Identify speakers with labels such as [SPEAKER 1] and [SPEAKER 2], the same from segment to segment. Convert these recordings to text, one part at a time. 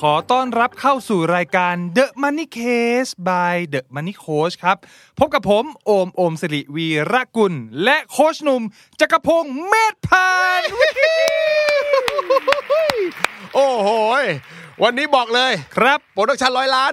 [SPEAKER 1] ขอต้อนรับเข้าสู่รายการ The Money Case by The Money Coach ครับ พบกับผม โอม โอมสิริวีระกุล และโคชหนุ่มจักรพงษ์เมธพันธ์
[SPEAKER 2] โอ้โหยวันนี้บอกเลย
[SPEAKER 1] ครับ
[SPEAKER 2] โปรดักชันร้อยล้าน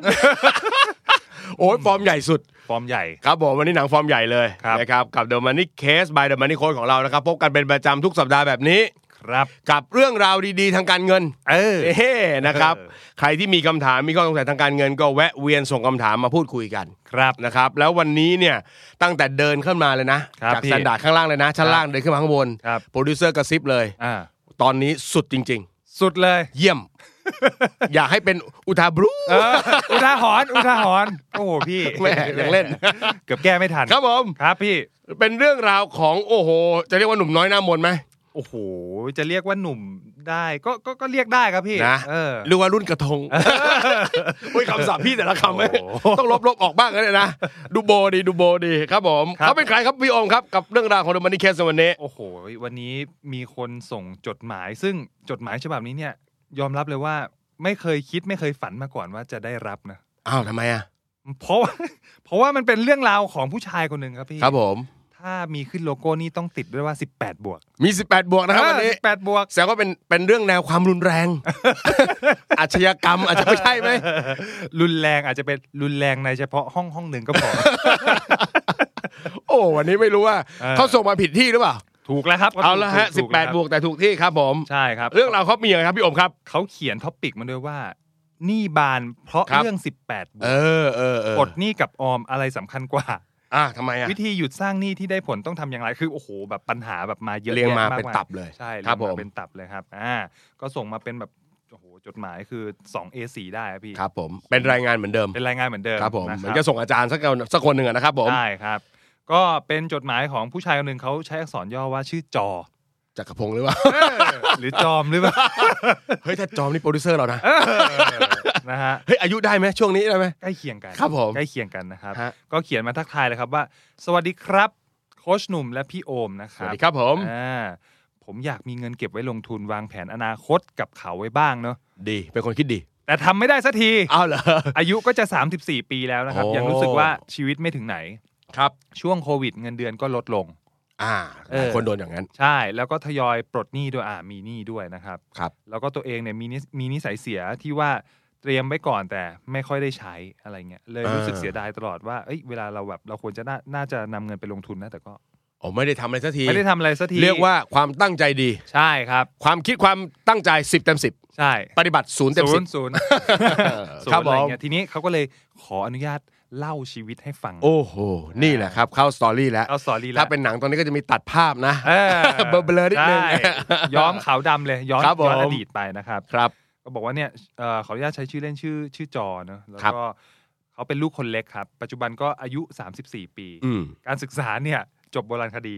[SPEAKER 2] โอ้ยฟอร์มใหญ่สุด
[SPEAKER 1] ฟอร์มใหญ่
[SPEAKER 2] ครับผมวันนี้หนังฟอร์มใหญ่เลย
[SPEAKER 1] ครับ
[SPEAKER 2] นะครับกับ The Money Case by The Money Coach ของเรานะครับ พบกันเป็นประจำทุกสัปดาห์แบบนี้
[SPEAKER 1] ครับ
[SPEAKER 2] กับเรื่องราวดีๆ ทางการเงิน
[SPEAKER 1] เออ
[SPEAKER 2] เอ้นะครับ
[SPEAKER 1] เออ
[SPEAKER 2] ใครที่มีคำถามมีข้อสงสัยทางการเงินก็แวะเวียนส่งคำถามมาพูดคุยกัน
[SPEAKER 1] ครับ
[SPEAKER 2] นะครับ แล้ววันนี้เนี่ยตั้งแต่เดินขึ้นมาเลยนะ
[SPEAKER 1] ครับ
[SPEAKER 2] จาก
[SPEAKER 1] พี่
[SPEAKER 2] สันดาร์ดข้างล่างเลยนะชั้นล่างเดินขึ้นมาข้างบน
[SPEAKER 1] ครับ
[SPEAKER 2] โปรดิวเซอร์กระซิบเลย
[SPEAKER 1] อ่า
[SPEAKER 2] ตอนนี้สุดจริง ๆ
[SPEAKER 1] สุดเลย
[SPEAKER 2] เยี่ยม อยากให้เป็นอุทาบรู
[SPEAKER 1] เออ อุทาหรณ์อุทาหรณ์โอ้โหพี่
[SPEAKER 2] แม่ยังเล่น
[SPEAKER 1] เกือบแก้ไม่ทัน
[SPEAKER 2] ครับผม
[SPEAKER 1] ครับพี่
[SPEAKER 2] เป็นเรื่องราวของโอ้โห จะเรียกว่าหนุ่มน้อยหน้ามนต์ไหม
[SPEAKER 1] โอ้โห จะเรียกว่าหนุ่มได้ก็ก็ก็เรียกได้ครับพี่
[SPEAKER 2] นะ
[SPEAKER 1] เออ
[SPEAKER 2] หรือว่ารุ่นกระทงโอ้ยคำศัพท์พี่แต่ละคำไม่
[SPEAKER 1] โอ้โห
[SPEAKER 2] ต้องลบลบออกบ้างนะเนี่ยนะดูโบดีดูโบดีครับผม
[SPEAKER 1] ครับ
[SPEAKER 2] เขาเป็นใครครับพี่โอมครับกับเรื่องราวของเดอะมันนี่แคสวันนี้
[SPEAKER 1] โอ้โห วันนี้มีคนส่งจดหมาย ซึ่งจดหมายฉบับนี้เนี่ย ยอมรับเลยว่าไม่เคยคิดไม่เคยฝันมาก่อนว่าจะได้รับนะ
[SPEAKER 2] อ้าวทำไมอ่ะ
[SPEAKER 1] เพราะว่า เพราะว่ามันเป็นเรื่องราวของผู้ชายคนหนึ่งครับพี่
[SPEAKER 2] ครับผม
[SPEAKER 1] ถ้ามีขึ้นโลโก้นี่ต้องติดด้วยว่า 18 บวก
[SPEAKER 2] มี 18 บวกนะครับวันนี้
[SPEAKER 1] เออ18 บวก
[SPEAKER 2] แสดงว่าเป็นเป็นเรื่องแนวความรุนแรง อาชญากรรมอาจจะไม่ใช่ไหม
[SPEAKER 1] รุนแรงอาจจะเป็นรุนแรงในเฉพาะห้องห้องหนึ่ง ก็พอ
[SPEAKER 2] โอ้วันนี้ไม่รู้ว่า
[SPEAKER 1] เออ
[SPEAKER 2] เขาส่งมาผิดที่หรือเปล่า
[SPEAKER 1] ถูกแล้วครับ
[SPEAKER 2] เอาละฮะ
[SPEAKER 1] ถูถู
[SPEAKER 2] 18 บวกแต่ถูกที่ครับผม
[SPEAKER 1] ใช่ครับ
[SPEAKER 2] เรื่องราวเขามีอะไรครับพี่อมครับ
[SPEAKER 1] เขาเขียนท็อปิกมาด้วยว่าหนี้บานเพราะ
[SPEAKER 2] ครับ
[SPEAKER 1] เรื่อง 18 บว
[SPEAKER 2] เอก อเออเออ
[SPEAKER 1] ปลดหนี้กับออมอะไรสำคัญกว่า
[SPEAKER 2] อ่ะทำไมอ่ะ
[SPEAKER 1] วิธีหยุดสร้างหนี้ที่ได้ผลต้องทำอย่างไรคือโอ้โหแบบปัญหาแบบมาเยอะ
[SPEAKER 2] เรียงมา
[SPEAKER 1] แะาก
[SPEAKER 2] เป็น
[SPEAKER 1] ย
[SPEAKER 2] ตับเลย
[SPEAKER 1] ใช่
[SPEAKER 2] ครับ
[SPEAKER 1] เยงา
[SPEAKER 2] ผม
[SPEAKER 1] เป็นตับเลยครับอ่าก็ส่งมาเป็นแบบโอ้โหจดหมายคือ 2 A4 ได้อะพี่
[SPEAKER 2] ครับผม เป็นรายงานเหมือนเดิม
[SPEAKER 1] เป็นรายงานเหมือนเดิม
[SPEAKER 2] ครับผม
[SPEAKER 1] นะ
[SPEAKER 2] เหมือนจะส่งอาจารย์สักคนสักคนหนึ่งอะนะครับผม
[SPEAKER 1] ได้ครับ ก็เป็นจดหมายของผู้ชายคนหนึ่งเขาใช้อักษรย่อว่าชื่อจอ
[SPEAKER 2] จักรพงศ์หรือว่า
[SPEAKER 1] หรือจอมหรือเปล่า
[SPEAKER 2] เฮ้ยถ้าจอมนี่โปรดิวเซอร์เรานะ
[SPEAKER 1] เออนะฮะ
[SPEAKER 2] เฮ้ยอายุได้ไหมช่วงนี้ได้ไหม
[SPEAKER 1] ใกล้เคียงกัน
[SPEAKER 2] ครับผม
[SPEAKER 1] ใกล้เคียงกันนะครับ
[SPEAKER 2] ฮะ
[SPEAKER 1] ก็เขียนมาทักทายเลยครับว่า สวัสดีครับ โค้ชหนุ่มและพี่โอมนะค
[SPEAKER 2] ส
[SPEAKER 1] รับ
[SPEAKER 2] วัสดีครับผม
[SPEAKER 1] อ่าผมอยากมีเงินเก็บไว้ลงทุนวางแผนอนาคตกับเขาไว้บ้างเนาะ
[SPEAKER 2] ดี เป็นคนคิดดี
[SPEAKER 1] แต่ทำไม่ได้สักที
[SPEAKER 2] อ้าวเหรอ
[SPEAKER 1] อายุก็จะ 34 ปีแล้วนะครับ
[SPEAKER 2] โอ้
[SPEAKER 1] ยังรู้สึกว่าชีวิตไม่ถึงไหน
[SPEAKER 2] ครับ
[SPEAKER 1] ช่วงโควิดเงินเดือนก็ลดลง
[SPEAKER 2] อ่า
[SPEAKER 1] เออ
[SPEAKER 2] คนโดนอย่างนั้น
[SPEAKER 1] ใช่ แล้วก็ทยอยปลดหนี้ด้วยอ่ามีหนี้ด้วยนะครับ
[SPEAKER 2] ครับ
[SPEAKER 1] แล้วก็ตัวเองเนี่ยมีนิสมีนิสัยเสียที่ว่าเตรียมไว้ก่อนแต่ไม่ค่อยได้ใช้อะไรเงี้ยเลยรู้สึก
[SPEAKER 2] เออ
[SPEAKER 1] เสียดายตลอดว่าเอ้ยเวลาเราแบบเราควรจะน่าน่าจะนำเงินไปลงทุนนะแต่ก็
[SPEAKER 2] อ๋อไม่ได้ทำอะไรสักที
[SPEAKER 1] ไม่ได้ทำอะไรสักที
[SPEAKER 2] เรียกว่าความตั้งใจดี
[SPEAKER 1] ใช่ครับ
[SPEAKER 2] ความคิดความตั้งใจ 10เต็ม
[SPEAKER 1] ใช่
[SPEAKER 2] 10 ปฏิบัติศูนย์เต็ม
[SPEAKER 1] ศู
[SPEAKER 2] สิ
[SPEAKER 1] น
[SPEAKER 2] บ
[SPEAKER 1] ย์ศูนย์ศูน
[SPEAKER 2] ครับ
[SPEAKER 1] ย์อะไร
[SPEAKER 2] ผม
[SPEAKER 1] เงี้ยทีนี้เขาก็เลยขออนุญาตเล่าชีวิตให้ฟัง
[SPEAKER 2] โอ้โห นี่แหละครับ เข้าสตอรี่แล้ว
[SPEAKER 1] เอาสอรี่แล้ว
[SPEAKER 2] ถ้าเป็นหนังตอนนี้ก็จะมีตัดภาพนะ
[SPEAKER 1] เออ
[SPEAKER 2] เบลอๆนิดนึง
[SPEAKER 1] ใช่ย้อมขาวดำเลย ย้อน
[SPEAKER 2] ครับผม
[SPEAKER 1] ย้อนอดีตไปนะครับ
[SPEAKER 2] ครับ
[SPEAKER 1] ก็บอกว่าเนี่ยเอ่อขออนุญาตใช้ชื่อเล่นชื่อชื่อจอเนอะแล้ว
[SPEAKER 2] ครับ
[SPEAKER 1] ก็เขาเป็นลูกคนเล็กครับ ปัจจุบันก็อายุ 34 ปี
[SPEAKER 2] อืม
[SPEAKER 1] การศึกษาเนี่ยจบโบราณคดี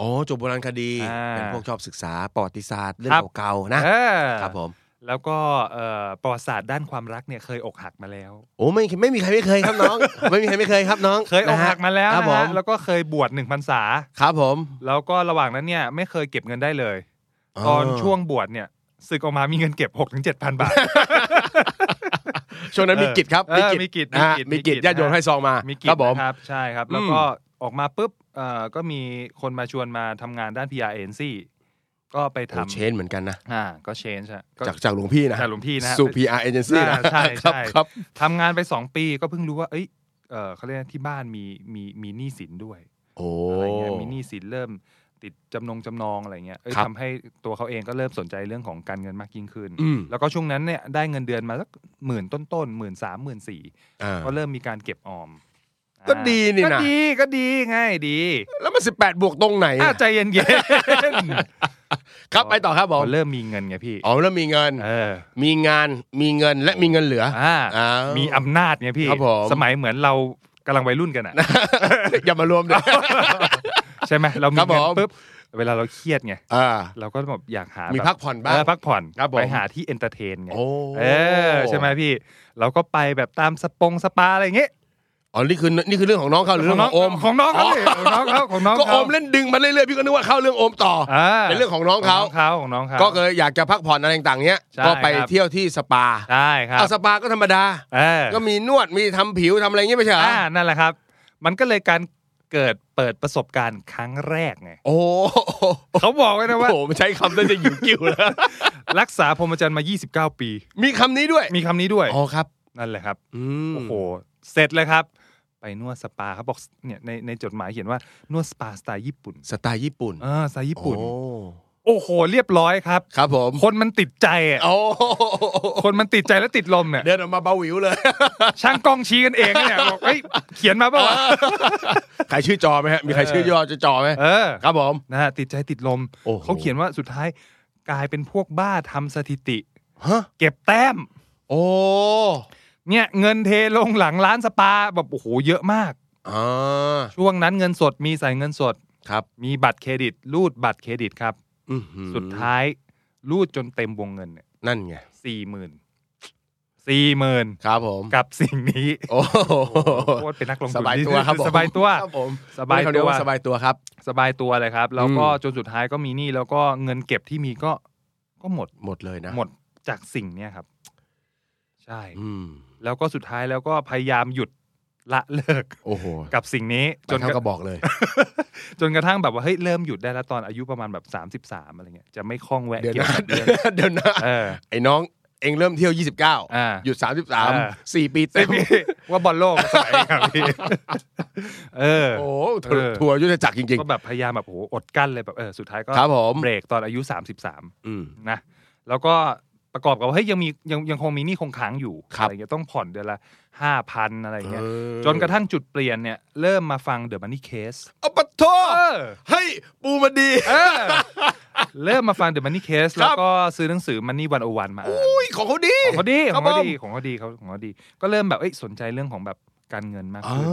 [SPEAKER 2] อ๋อจบโบราณคดี
[SPEAKER 1] อ่า
[SPEAKER 2] เป็นพวกชอบศึกษาประวัติศาสตร์ เรื่อ
[SPEAKER 1] ครั
[SPEAKER 2] ง
[SPEAKER 1] บ
[SPEAKER 2] เก่าๆนะ
[SPEAKER 1] เออ
[SPEAKER 2] ครับผม
[SPEAKER 1] แล้วก็เอ่อประวัติศาสตร์ด้านความรักเนี่ยเคยอกหักมาแล้ว
[SPEAKER 2] โอ้ไม่ไม่มีใครไม่เคยครับน้อง ไม่มีใครไม่เคยครับน้อง
[SPEAKER 1] เคยอกหักมาแล้ว
[SPEAKER 2] ครับ
[SPEAKER 1] นะ
[SPEAKER 2] ผม
[SPEAKER 1] ฮะแล้วก็เคยบวชหนึ่งพรรษา
[SPEAKER 2] ครับผม
[SPEAKER 1] แล้วก็ระหว่างนั้นเนี่ยไม่เคยเก็บเงินได้เลย ตอนช่วงบวชเนี่ยศึกออกมามีเงินเก็บ6กถึงเจ็ดพัน บาท
[SPEAKER 2] ช่วงนั้นมีกิจครับ
[SPEAKER 1] เออมีกิจ
[SPEAKER 2] นะฮะ
[SPEAKER 1] มี
[SPEAKER 2] มี
[SPEAKER 1] กิ
[SPEAKER 2] กิ
[SPEAKER 1] จมี
[SPEAKER 2] จ
[SPEAKER 1] กิจ
[SPEAKER 2] ญาติโยมให้ซองมา
[SPEAKER 1] มี
[SPEAKER 2] มี
[SPEAKER 1] กิจ
[SPEAKER 2] ครับผม
[SPEAKER 1] นะครับใช่ครับ แล้วก็ออกมาปุ๊บเอ่อก็มีคนมาชวนมาทำงานด้าน PR agency ก็ไป
[SPEAKER 2] โอ้
[SPEAKER 1] ทำ
[SPEAKER 2] เชนเหมือนกันนะ
[SPEAKER 1] อ่าก็ change ฮะก็
[SPEAKER 2] จากจากหลวงพี่นะ
[SPEAKER 1] จากหลวงพี่นะฮะ
[SPEAKER 2] สู่ PR agency นะ
[SPEAKER 1] อ่าใช่ใช่
[SPEAKER 2] ครับครับ
[SPEAKER 1] ทำงานไป 2 ปีก็เพิ่งรู้ว่าเอ้ยเอ่อเขาเรียกที่บ้านมีมีมีหนี้สินด้วย
[SPEAKER 2] โอ้
[SPEAKER 1] อะไรเงี้ยมีหนี้สินเริ่มติดจำนงจำนองอะไรเงี้ยเอ้ย
[SPEAKER 2] ครับ
[SPEAKER 1] ทำให้ตัวเขาเองก็เริ่มสนใจเรื่องของการเงินมากยิ่งขึ้น
[SPEAKER 2] อืม
[SPEAKER 1] แล้วก็ช่วงนั้นเนี่ยได้เงินเดือนมาสักหมื่นต้นต้นหมื่นสามหมื่นสี่
[SPEAKER 2] อ่า
[SPEAKER 1] ก็เริ่มมีการเก็บออม
[SPEAKER 2] ก็ดีนี่นะ
[SPEAKER 1] ก็ดีก็ดีไงดี
[SPEAKER 2] แล้วมัน18 บวกตรงไหน
[SPEAKER 1] อ่ะ
[SPEAKER 2] อะ
[SPEAKER 1] ใจเย็นๆ
[SPEAKER 2] ครับไปต่อครับผ
[SPEAKER 1] พ
[SPEAKER 2] ม
[SPEAKER 1] อเริ่มมีเงินไงพี่
[SPEAKER 2] อ๋อแล้วมีเงิน
[SPEAKER 1] เออ
[SPEAKER 2] มีงานมีเงินและมีเงินเหลือ
[SPEAKER 1] อ่า
[SPEAKER 2] อ้าว
[SPEAKER 1] มีอำนาจไงพี่
[SPEAKER 2] ครับผม
[SPEAKER 1] สมัยเหมือนเรากำลังวัยรุ่นกันอ่ะ
[SPEAKER 2] อย่ามารวมเลย
[SPEAKER 1] ใช่ไหมเรามี
[SPEAKER 2] ครับ
[SPEAKER 1] เงิน
[SPEAKER 2] ผม
[SPEAKER 1] ปุ๊บ เวลาเราเครียดไง
[SPEAKER 2] อ่า
[SPEAKER 1] เราก็แบบอยากหา
[SPEAKER 2] มี
[SPEAKER 1] มี
[SPEAKER 2] พักผ่อนบ้าง
[SPEAKER 1] พักผ่อน
[SPEAKER 2] ครับผม
[SPEAKER 1] ไปหาที่เอนเตอร์เทนไง
[SPEAKER 2] โอ้
[SPEAKER 1] เออใช่ไหมพี่ เราก็ไปแบบตามสปงสปาอะไรอย่างเงี้ย
[SPEAKER 2] อ๋อนี่คือนี่คือเรื่องของน้องเขาหรือเรื่องของโอม
[SPEAKER 1] ของน้องเขาเลยของน้องเขาของน้อง
[SPEAKER 2] ก็
[SPEAKER 1] ขา
[SPEAKER 2] โอมเล่นดึงมาเรื่อยๆพี่ก็นึกว่าเข้าเรื่องโอมต่ออา เป็นเรื่องของน้องเขา
[SPEAKER 1] ของเขาของน้องเขา
[SPEAKER 2] ก็เลยอยากจะพักผ่อนอะไรต่างๆเนี้ย
[SPEAKER 1] ใช่
[SPEAKER 2] ก็ไป
[SPEAKER 1] ครับ
[SPEAKER 2] เที่ยวที่สปา
[SPEAKER 1] ใช่ครับ
[SPEAKER 2] เอาสปาก็ธรรมดา
[SPEAKER 1] เออ
[SPEAKER 2] ก็มีนวดมีทำผิวทำอะไรเงงี้ยไม่ใช่เหรอ
[SPEAKER 1] อ่านั่นแหละครับ มันก็เลยการเกิดเปิดประสบการณ์ครั้งแรกไง
[SPEAKER 2] โอ้โห
[SPEAKER 1] เขาบอกไว้นะว่า
[SPEAKER 2] โอ้โหใช้คำนั้นจะหิวกิ้วแล้ว
[SPEAKER 1] รักษาพรหมจรรย์มา 29 ปี
[SPEAKER 2] มีคำนี้ด้วย
[SPEAKER 1] มีคำนี้ด้วย
[SPEAKER 2] อ๋อครับ
[SPEAKER 1] นั่นแหละครับ
[SPEAKER 2] อืม
[SPEAKER 1] โอ้โหเสร็จเลยครับ ไปนวดสปาเขาบอกเนี่ยในในจดหมายเขียนว่านวดสปาสไตล์ญี่ปุ่น
[SPEAKER 2] สไตล์ญี่ปุ่น
[SPEAKER 1] อ่าสไตล์ญี่ปุ่น
[SPEAKER 2] โอ้
[SPEAKER 1] โอ้โห เรียบร้อยครับ
[SPEAKER 2] ครับผม
[SPEAKER 1] คนมันติดใจอ่ะ
[SPEAKER 2] โอ้
[SPEAKER 1] คนมันติดใจและติดลมเนี่ย
[SPEAKER 2] เดินออกมาเบาหวิวเลย
[SPEAKER 1] ช่างกล้องชี้กันเองเนี่ยบอกเฮ้ยเขียนมาเปล่าวะ
[SPEAKER 2] ใครชื่อจอไหมฮะ มีใครชื่อย่อจะจอไหม
[SPEAKER 1] เออ
[SPEAKER 2] ครับผม
[SPEAKER 1] นะฮะติดใจติดลม
[SPEAKER 2] โอ้โห
[SPEAKER 1] เขาเขียนว่าสุดท้ายกลายเป็นพวกบ้าทำสถิติ
[SPEAKER 2] ฮะ
[SPEAKER 1] เก็บแต้ม
[SPEAKER 2] โอ้
[SPEAKER 1] เนี่ยเงินเทลงหลังร้านสปาแบบโอ้โหเยอะมาก
[SPEAKER 2] อ่า
[SPEAKER 1] ช่วงนั้นเงินสดมีใส่เงินสด
[SPEAKER 2] ครับ
[SPEAKER 1] มีบัตรเครดิต รูดบัตรเครดิตครับ
[SPEAKER 2] อื้อหือ
[SPEAKER 1] สุดท้ายรูดจนเต็มวงเงินเนี่ย
[SPEAKER 2] นั่นไง
[SPEAKER 1] สี่หมื่นสี่หมื่น
[SPEAKER 2] ครับผม
[SPEAKER 1] กับสิ่งนี้
[SPEAKER 2] โอ้โห
[SPEAKER 1] โคตรเป็นนักลงทุน
[SPEAKER 2] สบายตัวครับผม
[SPEAKER 1] สบายตัว
[SPEAKER 2] ครับผม
[SPEAKER 1] สบาย
[SPEAKER 2] เขเรี
[SPEAKER 1] ตั
[SPEAKER 2] ก
[SPEAKER 1] ว
[SPEAKER 2] สบายตัวครับ
[SPEAKER 1] สบายตัวเลยครับ แล้วก็
[SPEAKER 2] อืม
[SPEAKER 1] จนสุดท้ายก็มีหนี้แล้วก็เงินเก็บที่มีก็ก็หมด
[SPEAKER 2] หมดเลยนะ
[SPEAKER 1] หมดจากสิ่งเนี้ยครับ ใช่
[SPEAKER 2] อืม
[SPEAKER 1] แล้วก็สุดท้ายแล้วก็พยายามหยุดละเลิก
[SPEAKER 2] โอ้โห
[SPEAKER 1] กับสิ่งนี้
[SPEAKER 2] จ
[SPEAKER 1] จน
[SPEAKER 2] นเท่าก ก็
[SPEAKER 1] ระ
[SPEAKER 2] บอกเลย
[SPEAKER 1] จนกระทั่งแบบว่าเฮ้ยเริ่มหยุดได้แล้วตอนอายุประมาณแบบ 33อะไรเงี้ยจะไม่คล่องแวะ
[SPEAKER 2] เดี๋ยว
[SPEAKER 1] เกี่ยว
[SPEAKER 2] นะ
[SPEAKER 1] กับ
[SPEAKER 2] เดี๋
[SPEAKER 1] เรื่อง
[SPEAKER 2] ยวนะเดี๋ยวนะ
[SPEAKER 1] เออ
[SPEAKER 2] ไอ้น้องเองเริ่มเที่ยว
[SPEAKER 1] อ่า
[SPEAKER 2] 29 หยุด
[SPEAKER 1] อ่า
[SPEAKER 2] 33 4 ปี
[SPEAKER 1] แต่
[SPEAKER 2] เต็ม
[SPEAKER 1] พี่ว่าบอลโลกสมัยครับพี่เออ
[SPEAKER 2] โอ้
[SPEAKER 1] เออ
[SPEAKER 2] ทัวร์ยุทธจักรจริง
[SPEAKER 1] ก็แบบพยายามแบบโหอดกั้นเลยแบบเออสุดท้ายก็
[SPEAKER 2] ครับผม
[SPEAKER 1] เบรกตอนอายุ
[SPEAKER 2] ๆ อืม
[SPEAKER 1] 33นะแล้วก็ประกอบกับว่าเฮ้ยยังมียังยังคงมีหนี้คงค้างอยู่
[SPEAKER 2] ครับ
[SPEAKER 1] อะไรเงี้ยต้องผ่อนเดือนละห้าพันอะไรเงี้ย
[SPEAKER 2] เออ
[SPEAKER 1] จนกระทั่งจุดเปลี่ยนเนี่ย เริ่มมาฟัง The Money Case
[SPEAKER 2] เอาปะโทเฮ้ยปูมาดี
[SPEAKER 1] เออ เริ่มมาฟัง The Money Case
[SPEAKER 2] ครั
[SPEAKER 1] แล้ว
[SPEAKER 2] บ
[SPEAKER 1] ก็ซื้อหนังสือ Money วันโอวันมาอ่าน
[SPEAKER 2] อุ้ยของเขาดี
[SPEAKER 1] ของเขาดี
[SPEAKER 2] ค
[SPEAKER 1] ขอ
[SPEAKER 2] รั
[SPEAKER 1] บ งเขา
[SPEAKER 2] ผม
[SPEAKER 1] ดีของเขาดีเขาของเขาดี ก็เริ่มแบบเอ้ยสนใจเรื่องของแบบการเงินมาก
[SPEAKER 2] อ่
[SPEAKER 1] ขึ้นา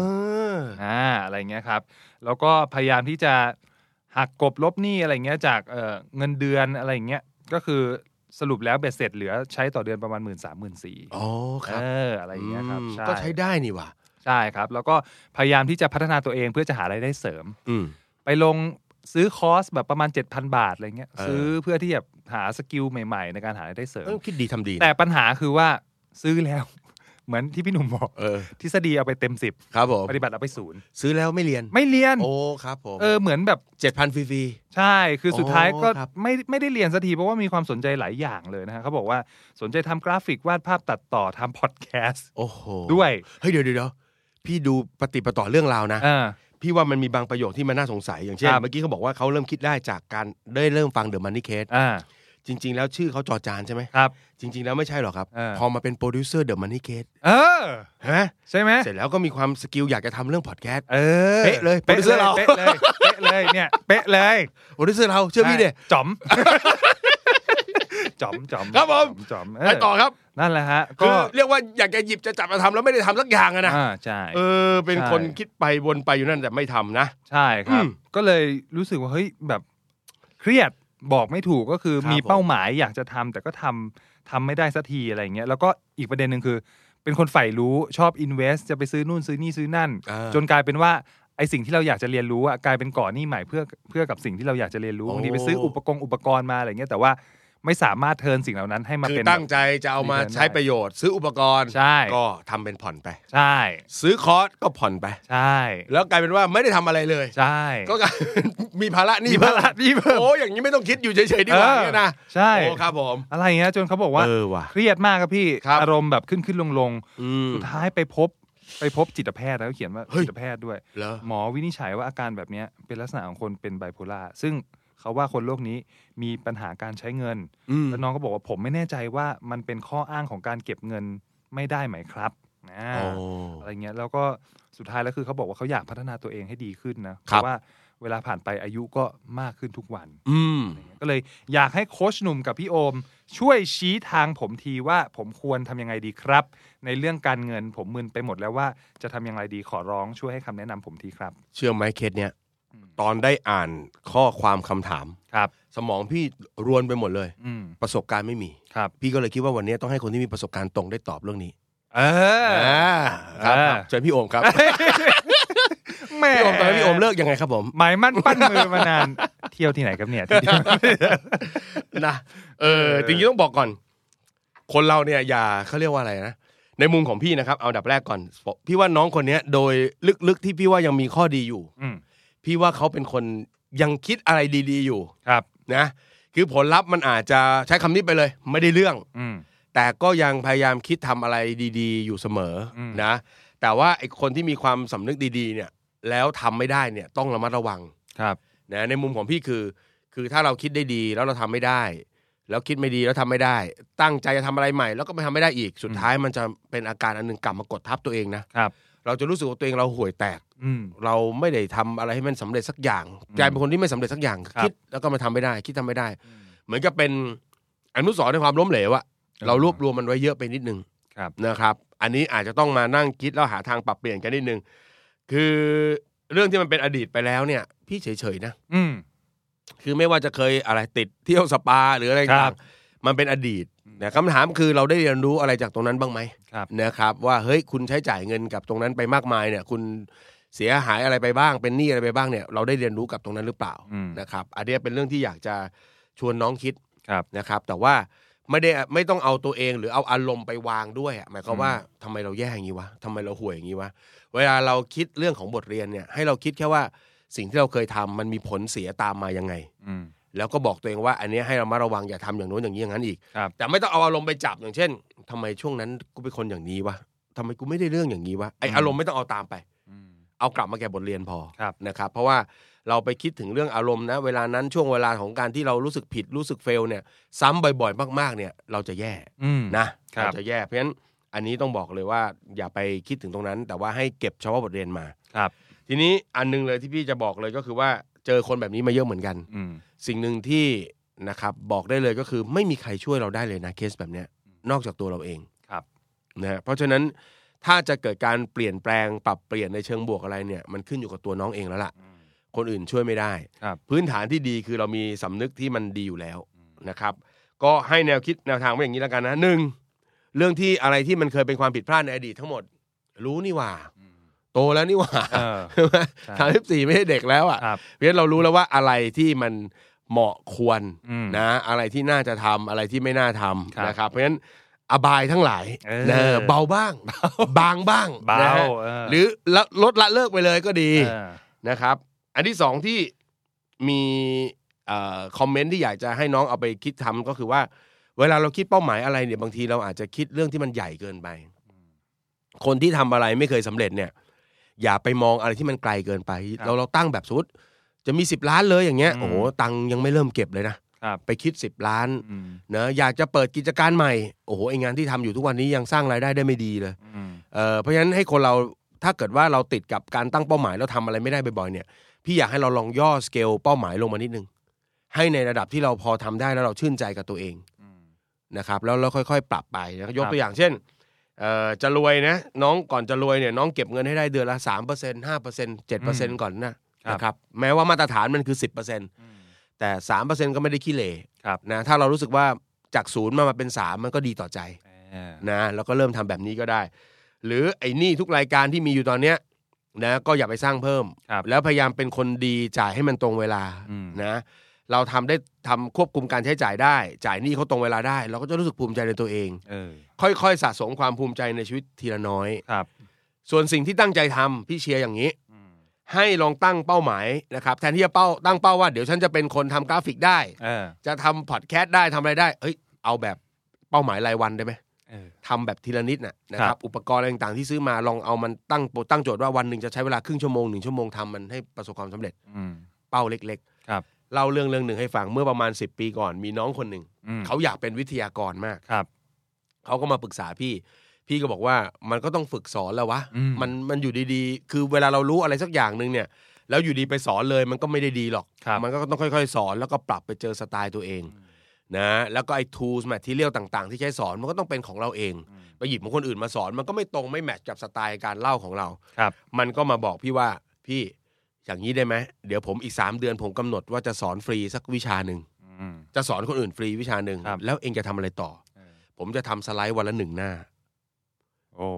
[SPEAKER 1] อ่าอะไรเงี้ยครับ แล้วก็พยายามที่จะหักกบลบหนี้อะไรเงี้ยจากเอ่อเงินเดือนอะไรเงี้ยก็คือสรุปแล้วเบ็ดเสร็จเหลือใช้ต่อเดือนประมาณหมื่นสามหมื่นสี่
[SPEAKER 2] อ๋อครั
[SPEAKER 1] เอบ ออะไรอย่างเงี้ยครับ
[SPEAKER 2] อืม
[SPEAKER 1] ใช่
[SPEAKER 2] ก็ใช้ได้นี่ว่ะ
[SPEAKER 1] ใช่ครับ แล้วก็พยายามที่จะพัฒนาตัวเองเพื่อจะหารายได้เสริม
[SPEAKER 2] อืม
[SPEAKER 1] ไปลงซื้อคอร์สแบบประมาณ 7,000 บาทอะไรเงี้ย
[SPEAKER 2] เออ
[SPEAKER 1] ซื้อเพื่อที่จะหาสกิลใหม่ๆ ในการหารายได้เสริม
[SPEAKER 2] เออคิดดีทำดีนะ
[SPEAKER 1] แต่ปัญหาคือว่าซื้อแล้ว เหมือนที่พี่หนุ่มบอก
[SPEAKER 2] เออ
[SPEAKER 1] ทฤษฎีเอาไปเต็ม
[SPEAKER 2] ครับผม
[SPEAKER 1] 10 ปฏิบัติเอาไปศูนย์
[SPEAKER 2] ซื้อแล้วไม่เรียน
[SPEAKER 1] ไม่เรียน
[SPEAKER 2] โอ้ ครับผม
[SPEAKER 1] เออเหมือนแบบ
[SPEAKER 2] เจ็ดพันฟรี
[SPEAKER 1] ใช่คือสุดท้ายก็
[SPEAKER 2] โอ้ครับ
[SPEAKER 1] ไม่ไม่ได้เรียนสักทีเพราะว่ามีความสนใจหลายอย่างเลยนะฮะเขาบอกว่าสนใจทำกราฟิกวาดภาพตัดต่อทำพอดแคสต์
[SPEAKER 2] ๆโอ้โห
[SPEAKER 1] ด้วย
[SPEAKER 2] เฮ้ยเดี๋ยวเดี๋ยวเดี๋ยวพี่ดูปฏิปต่อเรื่องราวนะ
[SPEAKER 1] เออ
[SPEAKER 2] พี่ว่ามันมีบางประโยคที่มันน่าสงสัยอย่างเช่น
[SPEAKER 1] ครับ
[SPEAKER 2] เมื่อกี้เขาบอกว่าเขาเริ่มคิดได้จากการได้เริ่มฟังเดอะมันนี่เคส
[SPEAKER 1] อ่า
[SPEAKER 2] จริง ๆ แล้วชื่อเขาจอจานใช่ไหม
[SPEAKER 1] ครับ
[SPEAKER 2] จริง ๆ แล้วไม่ใช่หรอกครับ
[SPEAKER 1] เออ
[SPEAKER 2] พอมาเป็นโปรดิวเซอร์เดอะมันนี่เคส
[SPEAKER 1] เออ
[SPEAKER 2] ใช่ไหม
[SPEAKER 1] ใช่ไหม
[SPEAKER 2] เสร็จแล้วก็มีความสกิลอยากจะทำเรื่องพอดแคสต์
[SPEAKER 1] เออ
[SPEAKER 2] เป๊ะเลย
[SPEAKER 1] เป๊ะ
[SPEAKER 2] โปรดิวเซอร์เรา
[SPEAKER 1] เป๊ะเลยเป๊ะเลยเนี่ยเป๊ะเลย
[SPEAKER 2] โอ้ดิเซอร์เราเชื่อพี่เด้
[SPEAKER 1] ใช่จอม จอมจอม
[SPEAKER 2] ครับผม
[SPEAKER 1] จอมเ
[SPEAKER 2] ไปต่อครับ
[SPEAKER 1] นั่นแหละฮะ
[SPEAKER 2] คื
[SPEAKER 1] ก็
[SPEAKER 2] อเรียกว่าอยากจะหยิบจะจับมาทำแล้วไม่ได้ทำสักอย่างอะนะ
[SPEAKER 1] อ่าใช่
[SPEAKER 2] เออ เป็น
[SPEAKER 1] ใช่
[SPEAKER 2] คนคิดไปวนไปอยู่นั่นแต่ไม่ทำนะ
[SPEAKER 1] ใช่ครับ
[SPEAKER 2] อืม
[SPEAKER 1] ก็เลยรู้สึกว่าเฮ้ยแบบเครียดบอกไม่ถูกก็คือ
[SPEAKER 2] ครับ
[SPEAKER 1] มีเป้าหมายอยากจะทำแต่ก็ทำทำไม่ได้สักทีอะไรอย่างเงี้ยแล้วก็อีกประเด็นหนึ่งคือ เป็นคนใฝ่รู้ชอบอินเวสจะไปซื้อนู่นซื้อนี่ซื้อนั่น
[SPEAKER 2] อ่า
[SPEAKER 1] จนกลายเป็นว่าไอสิ่งที่เราอยากจะเรียนรู้อะกลายเป็นก่อหนี้ใหม่เพื่อเพื่อกับสิ่งที่เราอยากจะเรียนรู้
[SPEAKER 2] โอ้
[SPEAKER 1] บางทีไปซื้ออุปกรณ์อุปกรณ์มาอะไรเงี้ยแต่ว่าไม่สามารถเทิร์นสิ่งเหล่านั้นให้มา
[SPEAKER 2] คือ
[SPEAKER 1] เป็น
[SPEAKER 2] ตั้ง
[SPEAKER 1] แบบ
[SPEAKER 2] ใจจะเอามา
[SPEAKER 1] เดินได้
[SPEAKER 2] ใช้ประโยชน์ ซื้ออุปกรณ์
[SPEAKER 1] ใช่
[SPEAKER 2] ก็ทำเป็นผ่อนไป
[SPEAKER 1] ใช่
[SPEAKER 2] ซื้อคอร์สก็ผ่อนไป
[SPEAKER 1] ใช่
[SPEAKER 2] แล้วกลายเป็นว่าไม่ได้ทำอะไรเลย
[SPEAKER 1] ใช่
[SPEAKER 2] ก็กลาย มีภาระหนี่
[SPEAKER 1] มีภาระหนี้เพิ่ม
[SPEAKER 2] โอ้อย่างนี้ไม่ต้องคิดอยู่เฉยๆดีกว่า
[SPEAKER 1] เออ
[SPEAKER 2] เนี่ยนะ
[SPEAKER 1] ใช่
[SPEAKER 2] โอ้ครับผม
[SPEAKER 1] อะไรเงี้ยจนเขาบอกว่า
[SPEAKER 2] เออว่ะ
[SPEAKER 1] เครียดมากครับพี่
[SPEAKER 2] ครับ
[SPEAKER 1] อารมณ์แบบขึ้นขึ้นลงลง
[SPEAKER 2] อืม
[SPEAKER 1] สุดท้ายไปพบไปพบจิตแพทย์แล้วเขียนว่า
[SPEAKER 2] เฮ้ย
[SPEAKER 1] จิตแพทย์ด้วย
[SPEAKER 2] เหรอ
[SPEAKER 1] หมอวินิจฉัยว่าอาการแบบเนี้ยเป็นลักษณะของคนเป็นไบโพล่าซึ่งเขาว่าคนโรคนี้มีปัญหาการใช้เงิน
[SPEAKER 2] อืม
[SPEAKER 1] แล้วน้องก็บอกว่าผมไม่แน่ใจว่ามันเป็นข้ออ้างของการเก็บเงินไม่ได้ไหมครับนะ
[SPEAKER 2] โอ้
[SPEAKER 1] อะไรเงี้ยแล้วก็สุดท้ายแล้วคือเขาบอกว่าเขาอยากพัฒนาตัวเองให้ดีขึ้นนะเพ
[SPEAKER 2] ครับ
[SPEAKER 1] ราะว่าเวลาผ่านไปอายุก็มากขึ้นทุกวัน
[SPEAKER 2] อืม
[SPEAKER 1] ก็เลยอยากให้โค้ชหนุ่มกับพี่โอม ช่วยชี้ทางผมทีว่าผมควรทำยังไงดีครับ ในเรื่องการเงินผมมึนไปหมดแล้วว่าจะทำยังไงดีขอร้องช่วยให้คำแนะนำผมทีครับ
[SPEAKER 2] เชื่อไหมเคสเนี้ย ตอนได้อ่านข้อความคำถาม
[SPEAKER 1] ครับ
[SPEAKER 2] สมองพี่รวนไปหมดเลย
[SPEAKER 1] อืม
[SPEAKER 2] ประสบการณ์ไม่มี
[SPEAKER 1] ครับ
[SPEAKER 2] พี่ก็เลยคิดว่าวันนี้ต้องให้คนที่มีประสบการณ์ตรงได้ตอบเรื่องนี้
[SPEAKER 1] เออ
[SPEAKER 2] อ่าครับครับ
[SPEAKER 1] เออ
[SPEAKER 2] เชิญพี่โอมครับ
[SPEAKER 1] แหม่
[SPEAKER 2] พี่โอมตอนนี้นพี่โอมเลิกยังไงครับผม
[SPEAKER 1] หมายมั่นปั้นมือมานาน เที่ยวที่ไหนครับ เนี่ยที่เดียว
[SPEAKER 2] นะเออจริงๆต้องบอกก่อน คนเราเนี่ยอย่าเขาเรียกว่าอะไรนะในมุมของพี่นะครับเอาอันดับแรกก่อน พี่ว่าน้องคนเนี้ย โดยลึกๆที่พี่ว่ายังมีข้อดีอยู่
[SPEAKER 1] อืม
[SPEAKER 2] พี่ว่าเขาเป็นคนยังคิดอะไรดีๆอยู่
[SPEAKER 1] ครับ
[SPEAKER 2] นะคือผลลัพธ์มันอาจจะใช้คำนี้ไปเลย ไม่ได้เรื่อง
[SPEAKER 1] อืม
[SPEAKER 2] แต่ก็ยังพยายามคิดทำอะไรดีๆ อยู่เสมออ
[SPEAKER 1] ม
[SPEAKER 2] นะ แต่ว่าไอคนที่มีความสำนึกดีๆ เนี่ย แล้วทำไม่ได้เนี่ยต้องระมัดระวัง
[SPEAKER 1] ครับ
[SPEAKER 2] นะในมุมของพี่คือ คือถ้าเราคิดได้ดีแล้วเราทำไม่ได้ แล้วคิดไม่ดีแล้วทำไม่ได้ ตั้งใจจะทำอะไรใหม่ แล้วก็ไม่ทำไม่ได้อีกสุดท้ายมันจะเป็นอาการอันหนึงกลับมากดทับตัวเองนะครับ เราจะรู้สึกว่าตัวเองเราห่วยแตก
[SPEAKER 1] อืม
[SPEAKER 2] เราไม่ได้ทำอะไรให้มันสำเร็จสักอย่างกลายเป็นคนที่ไม่สำเร็จสักอย่าง
[SPEAKER 1] ครับ
[SPEAKER 2] คิดแล้วก็มาทำไม่ได้ คิดทำไม่ได้ เหมือนกับเป็นอนุสรณ์ในความล้มเหลวอะเรารวบรวมมันไว้เยอะไปนิดนึง
[SPEAKER 1] ครับ
[SPEAKER 2] นะครับอันนี้อาจจะต้องมานั่งคิดแล้วหาทางปรับเปลี่ยนกันนิดนึงคือเรื่องที่มันเป็นอดีตไปแล้วเนี่ย พี่เฉยๆนะ
[SPEAKER 1] อืม
[SPEAKER 2] คือไม่ว่าจะเคยอะไรติดเที่ยวสปาหรืออะไร
[SPEAKER 1] ครั
[SPEAKER 2] ต่า
[SPEAKER 1] บ
[SPEAKER 2] งๆมันเป็นอดีตนะคำถามคือเราได้เรียนรู้อะไรจากตรงนั้นบ้างไหม
[SPEAKER 1] ครับ
[SPEAKER 2] นะครับว่าเฮ้ยคุณใช้จ่ายเงินกับตรงนั้นไปมากมายเนี่ย คุณเสียหายอะไรไปบ้าง เป็นหนี้อะไรไปบ้างเนี่ยเราได้เรียนรู้กับตรงนั้นหรือเปล่า
[SPEAKER 1] อืม
[SPEAKER 2] นะครับอันเนี้ยเป็นเรื่องที่อยากจะชวนน้องคิด
[SPEAKER 1] ครับ
[SPEAKER 2] นะครับ แต่ว่าไม่ได้ไม่ต้องเอาตัวเองหรือเอาอารมณ์ไปวางด้วยอะหมายความว่าทำไมเราแย่อย่างนี้วะทำไมเราห่วยอย่างนี้วะเวลาเราคิดเรื่องของบทเรียนเนี่ยให้เราคิดแค่ว่าสิ่งที่เราเคยทำมันมีผลเสียตามมายังไง
[SPEAKER 1] อืม
[SPEAKER 2] แล้วก็บอกตัวเองว่าอันเนี้ยให้เรามาระวังอย่าทำอย่างโน้นอย่างนี้อย่างนั้นอีก
[SPEAKER 1] ครับ
[SPEAKER 2] แต่ไม่ต้องเอาอารมณ์ไปจับอย่างเช่นทำไมช่วงนั้นกูเป็นคนอย่างนี้วะทำไมกูไม่ได้เรื่องอย่างนี้วะไอ
[SPEAKER 1] อืม
[SPEAKER 2] อารมณ์ไม่ต้องเอาตามไป
[SPEAKER 1] อืม
[SPEAKER 2] เอากลับมาแก่บทเรียนพอ
[SPEAKER 1] ครับ
[SPEAKER 2] นะครับ เพราะว่าเราไปคิดถึงเรื่องอารมณ์นะ เวลานั้นช่วงเวลาของการที่เรารู้สึกผิดรู้สึกเฟลเนี่ยซ้ำบ่อยๆ มากๆเนี่ย เราจะแย่
[SPEAKER 1] อืม
[SPEAKER 2] นะครับ เราจะแย่เพราะฉะนั้นอันนี้ต้องบอกเลยว่าอย่าไปคิดถึงตรงนั้น แต่ว่าให้เก็บเฉพาะบทเรียนมา
[SPEAKER 1] ครับ
[SPEAKER 2] ทีนี้อันหนึงเลยที่พี่จะบอกเลยก็คือว่าเจอคนแบบนี้มาเยอะเหมือนกัน
[SPEAKER 1] อืม
[SPEAKER 2] สิ่งหนึ่งที่นะครับบอกได้เลยก็คือไม่มีใครช่วยเราได้เลยนะเคสแบบเนี้ยนอกจากตัวเราเอง
[SPEAKER 1] ครับ
[SPEAKER 2] นะฮะเพราะฉะนั้นถ้าจะเกิดการเปลี่ยนแปลงปรับเปลี่ยนในเชิงบวกอะไรเนี่ยมันขึ้นอยู่กับตัวน้องเองแล้วล่ะ คนอื่นช่วยไม่ได้
[SPEAKER 1] ครับ
[SPEAKER 2] พื้นฐานที่ดีคือเรามีสำนึกที่มันดีอยู่แล้วนะครับ ก็ให้แนวคิดแนวทางไว้อย่างนี้แล้วกันนะหนึ่งเรื่องที่อะไรที่มันเคยเป็นความผิดพลาดในอดีตทั้งหมด รู้นี่หว่า โตแล้วนี่หว่า
[SPEAKER 1] เออ
[SPEAKER 2] ใช่ไหม
[SPEAKER 1] ใช่
[SPEAKER 2] สามสิบสี่ไม่ใช่เด็กแล้วอ่ะ
[SPEAKER 1] ครับ
[SPEAKER 2] เพราะฉะนั้นเรารู้แล้วว่าอะไรที่มันเหมาะควร
[SPEAKER 1] อืม
[SPEAKER 2] นะ อะไรที่น่าจะทำอะไรที่ไม่น่าทำ
[SPEAKER 1] ครับ
[SPEAKER 2] นะครับ เพราะฉะนั้นอบายทั้งหลาย
[SPEAKER 1] เออ
[SPEAKER 2] เออเบาบ้าง บางบ้าง
[SPEAKER 1] เบา
[SPEAKER 2] นะฮะ
[SPEAKER 1] เห
[SPEAKER 2] รือละลดละเลิกไปเลยก็ดี
[SPEAKER 1] เออ
[SPEAKER 2] นะครับ อันที่สองที่มีเอ่อคอมเมนต์ที่อยากจะให้น้องเอาไปคิดทำก็คือว่า เวลาเราคิดเป้าหมายอะไรเนี่ยบางทีเราอาจจะคิดเรื่องที่มันใหญ่เกินไป คนที่ทำอะไรไม่เคยสำเร็จเนี่ย อย่าไปมองอะไรที่มันไกลเกินไป
[SPEAKER 1] ครับ
[SPEAKER 2] เราเราตั้งแบบสมมุดจะมี 10 ล้านเลยอย่างเงี้ย
[SPEAKER 1] อืม
[SPEAKER 2] โอ้โหตังค์ยังไม่เริ่มเก็บเลยนะครับ ไปคิด 10 ล้าน
[SPEAKER 1] อืม
[SPEAKER 2] เนอะอยากจะเปิดกิจการใหม่โอ้โหไองานที่ทำอยู่ทุกวันนี้ยังสร้างรายได้ได้ไม่ดีเลย
[SPEAKER 1] อืม
[SPEAKER 2] เออเพราะฉะนั้นให้คนเราถ้าเกิดว่าเราติดกับการตั้งเป้าหมายแล้วทำอะไรไม่ได้บ่อยๆเนี่ย พี่อยากให้เราลองย่อสเกลเป้าหมายลงมานิดนึงให้ในระดับที่เราพอทำได้แล้วเราชื่นใจกับตัวเอง
[SPEAKER 1] อืม
[SPEAKER 2] นะครับแล้วเราค่อยๆ ปรับไปนะย
[SPEAKER 1] ค
[SPEAKER 2] ก
[SPEAKER 1] รับ
[SPEAKER 2] ตัวอย่างเช่นเอ่อจะรวยนะน้องก่อนจะรวยเนี่ยน้องเก็บเงินให้ได้เดือนละสามเปอร์เซ็นห้าเปอร์เซ็นเจ็ดเปอร์เซ็นก่อนนะนะครับแม้ว่ามาตรฐานมันคือสิบเปอร์เซ็น
[SPEAKER 1] อืม
[SPEAKER 2] แต่สามเปอร์เซ็นก็ไม่ได้ขี้เหร่
[SPEAKER 1] ครับ
[SPEAKER 2] นะถ้าเรารู้สึกว่าจากศูนย์มามาเป็นสามมันก็ดีต่อใจ
[SPEAKER 1] เออ
[SPEAKER 2] นะแล้วก็เริ่มทำแบบนี้ก็ได้ หรือไอ้หนี่ทุกรายการที่มีอยู่ตอนเนี้ยนะก็อย่าไปสร้างเพิ่ม
[SPEAKER 1] ครับ
[SPEAKER 2] แล้วพยายามเป็นคนดีจ่ายให้มันตรงเวลา
[SPEAKER 1] อืม
[SPEAKER 2] นะเราทำได้ทำควบคุมการใช้จ่ายได้ จ่ายหนี้เขาตรงเวลาได้ เราก็จะรู้สึกภูมิใจในตัวเอง
[SPEAKER 1] เออ
[SPEAKER 2] ค่อยๆ สะสมความภูมิใจในชีวิตทีละน้อย
[SPEAKER 1] ครับ
[SPEAKER 2] ส่วนสิ่งที่ตั้งใจทำพี่เชียร์อย่างนี้
[SPEAKER 1] อืม
[SPEAKER 2] ให้ลองตั้งเป้าหมายนะครับ แทนที่จะเป้าตั้งเป้าว่าเดี๋ยวฉันจะเป็นคนทำกราฟิกได้
[SPEAKER 1] เออ
[SPEAKER 2] จะทำพอดแคสต์ได้ทำอะไรได้เอ้ยเอาแบบเป้าหมายรายวันได้ไหม
[SPEAKER 1] เออ
[SPEAKER 2] ทำแบบทีละนิดนะนะ
[SPEAKER 1] ค
[SPEAKER 2] ค
[SPEAKER 1] รั
[SPEAKER 2] รับ บอุปกรณ์อะไรต่างๆที่ซื้อมาลองเอามันตั้งตั้งโจทย์ว่าวันหนึ่งจะใช้เวลาครึ่งชั่วโมงหนึ่งชั่วโมงทำมันให้ประสบความสำเร็จ
[SPEAKER 1] อืม
[SPEAKER 2] เป้าเล็ก
[SPEAKER 1] ครับ
[SPEAKER 2] ๆเล่าเรื่องเรื่องหนึ่งให้ฟังเมื่อประมาณ 10 ปีก่อนมีน้องคนหนึ่ง
[SPEAKER 1] อืม
[SPEAKER 2] เขาอยากเป็นวิทยากรมาก
[SPEAKER 1] ครับ
[SPEAKER 2] เขาก็มาปรึกษาพี่ พี่ก็บอกว่ามันก็ต้องฝึกสอนแล้ววะ
[SPEAKER 1] อืม
[SPEAKER 2] มันมันอยู่ดีๆ คือเวลาเรารู้อะไรสักอย่างหนึ่งเนี่ย แล้วอยู่ดีไปสอนเลยมันก็ไม่ได้ดีหรอก
[SPEAKER 1] ครับ
[SPEAKER 2] มันก็ต้องค่อย ๆ สอนแล้วก็ปรับไปเจอสไตล์ตัวเองนะ แล้วก็ไอ้ tools material ต่างๆ ที่ใช้สอนมันก็ต้องเป็นของเราเอง
[SPEAKER 1] อืม
[SPEAKER 2] ไปหยิบของคนอื่นมาสอน มันก็ไม่ตรงไม่แมทช์กับสไตล์การเล่าของเรา
[SPEAKER 1] ครับ
[SPEAKER 2] มันก็มาบอกพี่ว่าพี่ อย่างนี้ได้ไหมเดี๋ยวผมอีกสามเดือนผมกำหนดว่าจะสอนฟรีสักวิชาหนึ่ง
[SPEAKER 1] อืม
[SPEAKER 2] จะสอนคนอื่นฟรีวิชาหนึ่ง
[SPEAKER 1] ครับ
[SPEAKER 2] แล้วเองจะทำอะไรต่อ ผมจะทำสไลด์วันละหนึ่งหน้า
[SPEAKER 1] โอ้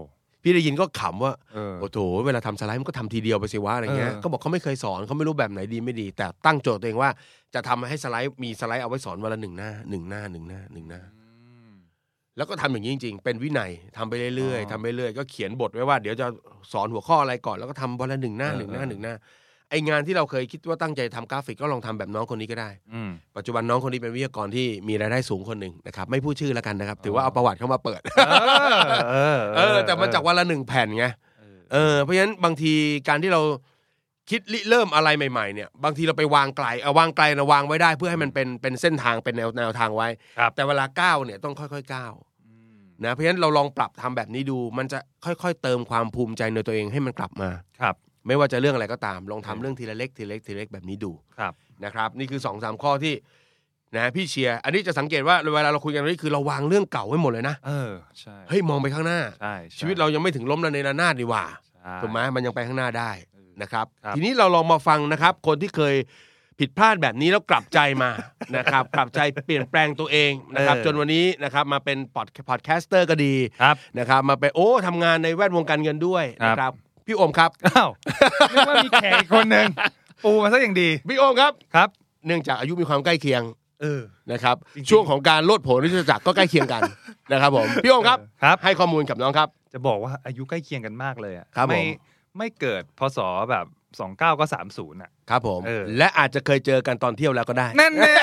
[SPEAKER 2] พี่ได้ยินก็ขำว่า
[SPEAKER 1] เออ
[SPEAKER 2] โอ้โหเวลาทำสไลด์มันก็ทำทีเดียวไปสิวะอะไรเงี้ย
[SPEAKER 1] เออ
[SPEAKER 2] ก็บอกเขาไม่เคยสอนเขาไม่รู้แบบไหนดีไม่ดี แต่ตั้งโจทย์ตัวเองว่าจะทำให้สไลด์มีสไลด์เอาไว้สอนวันละหนึ่งหน้าหนึ่งหน้าหนึ่งหน้าหนึ่งหน้า แล้วก็ทำอย่างนี้จริง ๆ เป็นวินัยทำไปเรื่อย
[SPEAKER 1] อ๋อ
[SPEAKER 2] ๆทำไปเรื่อยก็เขียนบทไว้ว่าเดี๋ยวจะสอนหัวข้ออะไรก่อนแล้วก็ทำวันละหนึ่งหน้า
[SPEAKER 1] เออ
[SPEAKER 2] หนึ่งหน้า
[SPEAKER 1] เออ
[SPEAKER 2] หนึ่งหน้าไองานที่เราเคยคิดว่าตั้งใจทำกราฟิกก็ลองทำแบบน้องคนนี้ก็ได้
[SPEAKER 1] อืม
[SPEAKER 2] ปัจจุบันน้องคนนี้เป็นวิทยากรที่มีรายได้สูงคนหนึ่งนะครับไม่พูดชื่อแล้วกันนะครับถือว่า
[SPEAKER 1] อ๋อ
[SPEAKER 2] เอาประวัติเข้ามาเปิด
[SPEAKER 1] เออเออ
[SPEAKER 2] เออแต่มันจากวันละหนึ่งแผ่นไง
[SPEAKER 1] เออ
[SPEAKER 2] เออเพราะฉะนั้นบางทีการที่เราคิดริเริ่มอะไรใหม่ๆเนี่ยบางทีเราไปวางไกลเอาวางไกลนะวางไว้ได้เพื่อให้มันเป็นเป็นเส้นทางเป็นแนวแนวทางไว้
[SPEAKER 1] ครับ
[SPEAKER 2] แต่เวลาก้าวเนี่ยต้องค่อยๆก้าว
[SPEAKER 1] อืม
[SPEAKER 2] นะเพราะฉะนั้นเราลองปรับทำแบบนี้ดู มันจะค่อยๆ เติมความภูมิใจในตัวเองให้มันกลับมา
[SPEAKER 1] ครับ
[SPEAKER 2] ไม่ว่าจะเรื่องอะไรก็ตาม ลองทำ
[SPEAKER 1] อืม
[SPEAKER 2] เรื่องทีละเล็กทีละเล็กทีละเล็กแบบนี้ดู
[SPEAKER 1] ครับ
[SPEAKER 2] นะครับนี่คือ2อสามข้อที่นะพี่เชียร์อันนี้จะสังเกตว่าเวลาเราคุยกันนี่คือเราวางเรื่องเก่าไว้หมดเลยนะ
[SPEAKER 1] เออใช่
[SPEAKER 2] เฮ้ยมองไปข้างหน้า
[SPEAKER 1] ใช่
[SPEAKER 2] ชีวิตเรายังไม่ถึงล้มระเนระนาดนี่หว่า
[SPEAKER 1] ใช่
[SPEAKER 2] ถูกไหมมันยังไปข้างหน้าได้นะครับ
[SPEAKER 1] ครับ
[SPEAKER 2] ทีนี้เราลองมาฟังนะครับ คนที่เคยผิดพลาดแบบนี้แล้วกลับใจ มา นะครับ กลับใจเปลี่ยนแปลงตัวเองนะครับ จนวันนี้นะครับมาเป็นพอดพอดแคสเตอร์ก็ดี
[SPEAKER 1] ครับ
[SPEAKER 2] นะครับ มาเป็นโอ้ทำงานในแวดวงการเงินด้วย
[SPEAKER 1] ครับ
[SPEAKER 2] นะครับ พี่โอมครับ
[SPEAKER 1] อ้าวนึกว่ามีแขกอีกคนหนึ่งปูมาซะอย่างดี
[SPEAKER 2] พี่โอมครับ
[SPEAKER 1] ครับ
[SPEAKER 2] เนื่องจากอายุมีความใกล้เคียง
[SPEAKER 1] เออ
[SPEAKER 2] นะครับ
[SPEAKER 1] จริงๆ
[SPEAKER 2] ช่วงของการโลดโผนที่จะจักรก็ใกล้เคียง กัน นะครับผมพี่โอมครับ
[SPEAKER 1] ครับ
[SPEAKER 2] ให้ข้อมูลกับน้องครับ
[SPEAKER 1] จะบอกว่าอายุใกล้เคียงกันมากเลยอ่ะ
[SPEAKER 2] ครับผม
[SPEAKER 1] ไม่ไม่เกิดพศแบบสองเก้าก็สามศูนย์อ่ะ
[SPEAKER 2] ครับผม
[SPEAKER 1] เออ
[SPEAKER 2] และอาจจะเคยเจอกันตอนเที่ยวแล้วก็ได้
[SPEAKER 1] นั่นแน่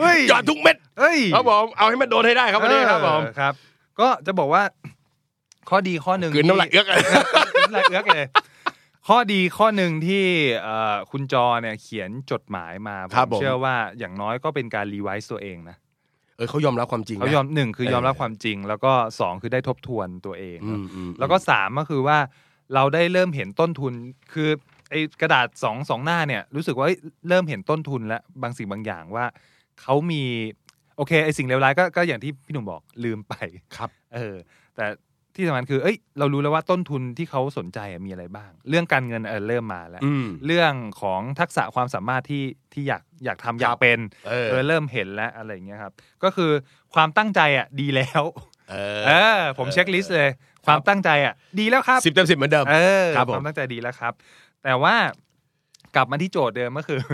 [SPEAKER 1] เฮ้ย
[SPEAKER 2] จอดทุกเม็ด
[SPEAKER 1] เอ้ย
[SPEAKER 2] ครับผม เอาให้มันโดนให้ได้ครับวันนี้ครับผม
[SPEAKER 1] เออครับ ก็จะบอกว่า ข้อดีข้อหนึ่ง
[SPEAKER 2] กลืนน้ำลาย
[SPEAKER 1] ที่
[SPEAKER 2] เอื้อก
[SPEAKER 1] กลืนน้ำลายเอื้อกเลย ข้อดีข้อหนึ่งที่เอ่อคุณจอเนี่ยเขียนจดหมายมาผ
[SPEAKER 2] ครับผม ม
[SPEAKER 1] เชื่อว่าอย่างน้อยก็เป็นการรีไวซ์ตัวเองนะ
[SPEAKER 2] เออเขายอมรับความจริงนะ
[SPEAKER 1] เขายอมหนึ่งคือ
[SPEAKER 2] เออ
[SPEAKER 1] ยอมรับความจริง แล้วก็สองคือได้ทบทวนตัวเอง
[SPEAKER 2] อืมอืม
[SPEAKER 1] แล้วก็สามก็คือว่าเราได้เริ่มเห็นต้นทุนคือไอ้กระดาษสองสองหน้าเนี่ยรู้สึกว่าเอ้ยเริ่มเห็นต้นทุนและบางสิ่งบางอย่างว่าเขามีโอเคไอ้สิ่งเลวร้ายก็ก็อย่างที่พี่หนุ่มบอกลืมไป
[SPEAKER 2] ครับ
[SPEAKER 1] เออแต่ที่สำคัญคือเอ้ยเรารู้แล้วว่าต้นทุนที่เขาสนใจอะมีอะไรบ้าง เรื่องการเงินเออเริ่มมาแล้ว
[SPEAKER 2] อืม
[SPEAKER 1] เรื่องของทักษะความสามารถที่ที่อยากอยากทำอยา
[SPEAKER 2] ค
[SPEAKER 1] ก
[SPEAKER 2] รับ
[SPEAKER 1] เป็น
[SPEAKER 2] เอ
[SPEAKER 1] เอ
[SPEAKER 2] อ
[SPEAKER 1] อเริ่มเห็นแล้วอะไรอย่างเงี้ยครับ ก็คือความตั้งใจอ่ะดีแล้ว
[SPEAKER 2] เอ
[SPEAKER 1] เอ
[SPEAKER 2] อ
[SPEAKER 1] อผมเช็คลิสต์เลย ความตั้งใจอ่ะดีแล้วครับ
[SPEAKER 2] สิบเต็มสิบเหมือนเดิม
[SPEAKER 1] เออ
[SPEAKER 2] ครับผม
[SPEAKER 1] ความตั้งใจดีแล้วครับ แต่ว่ากลับมาที่โจทย์เดิมก็คือ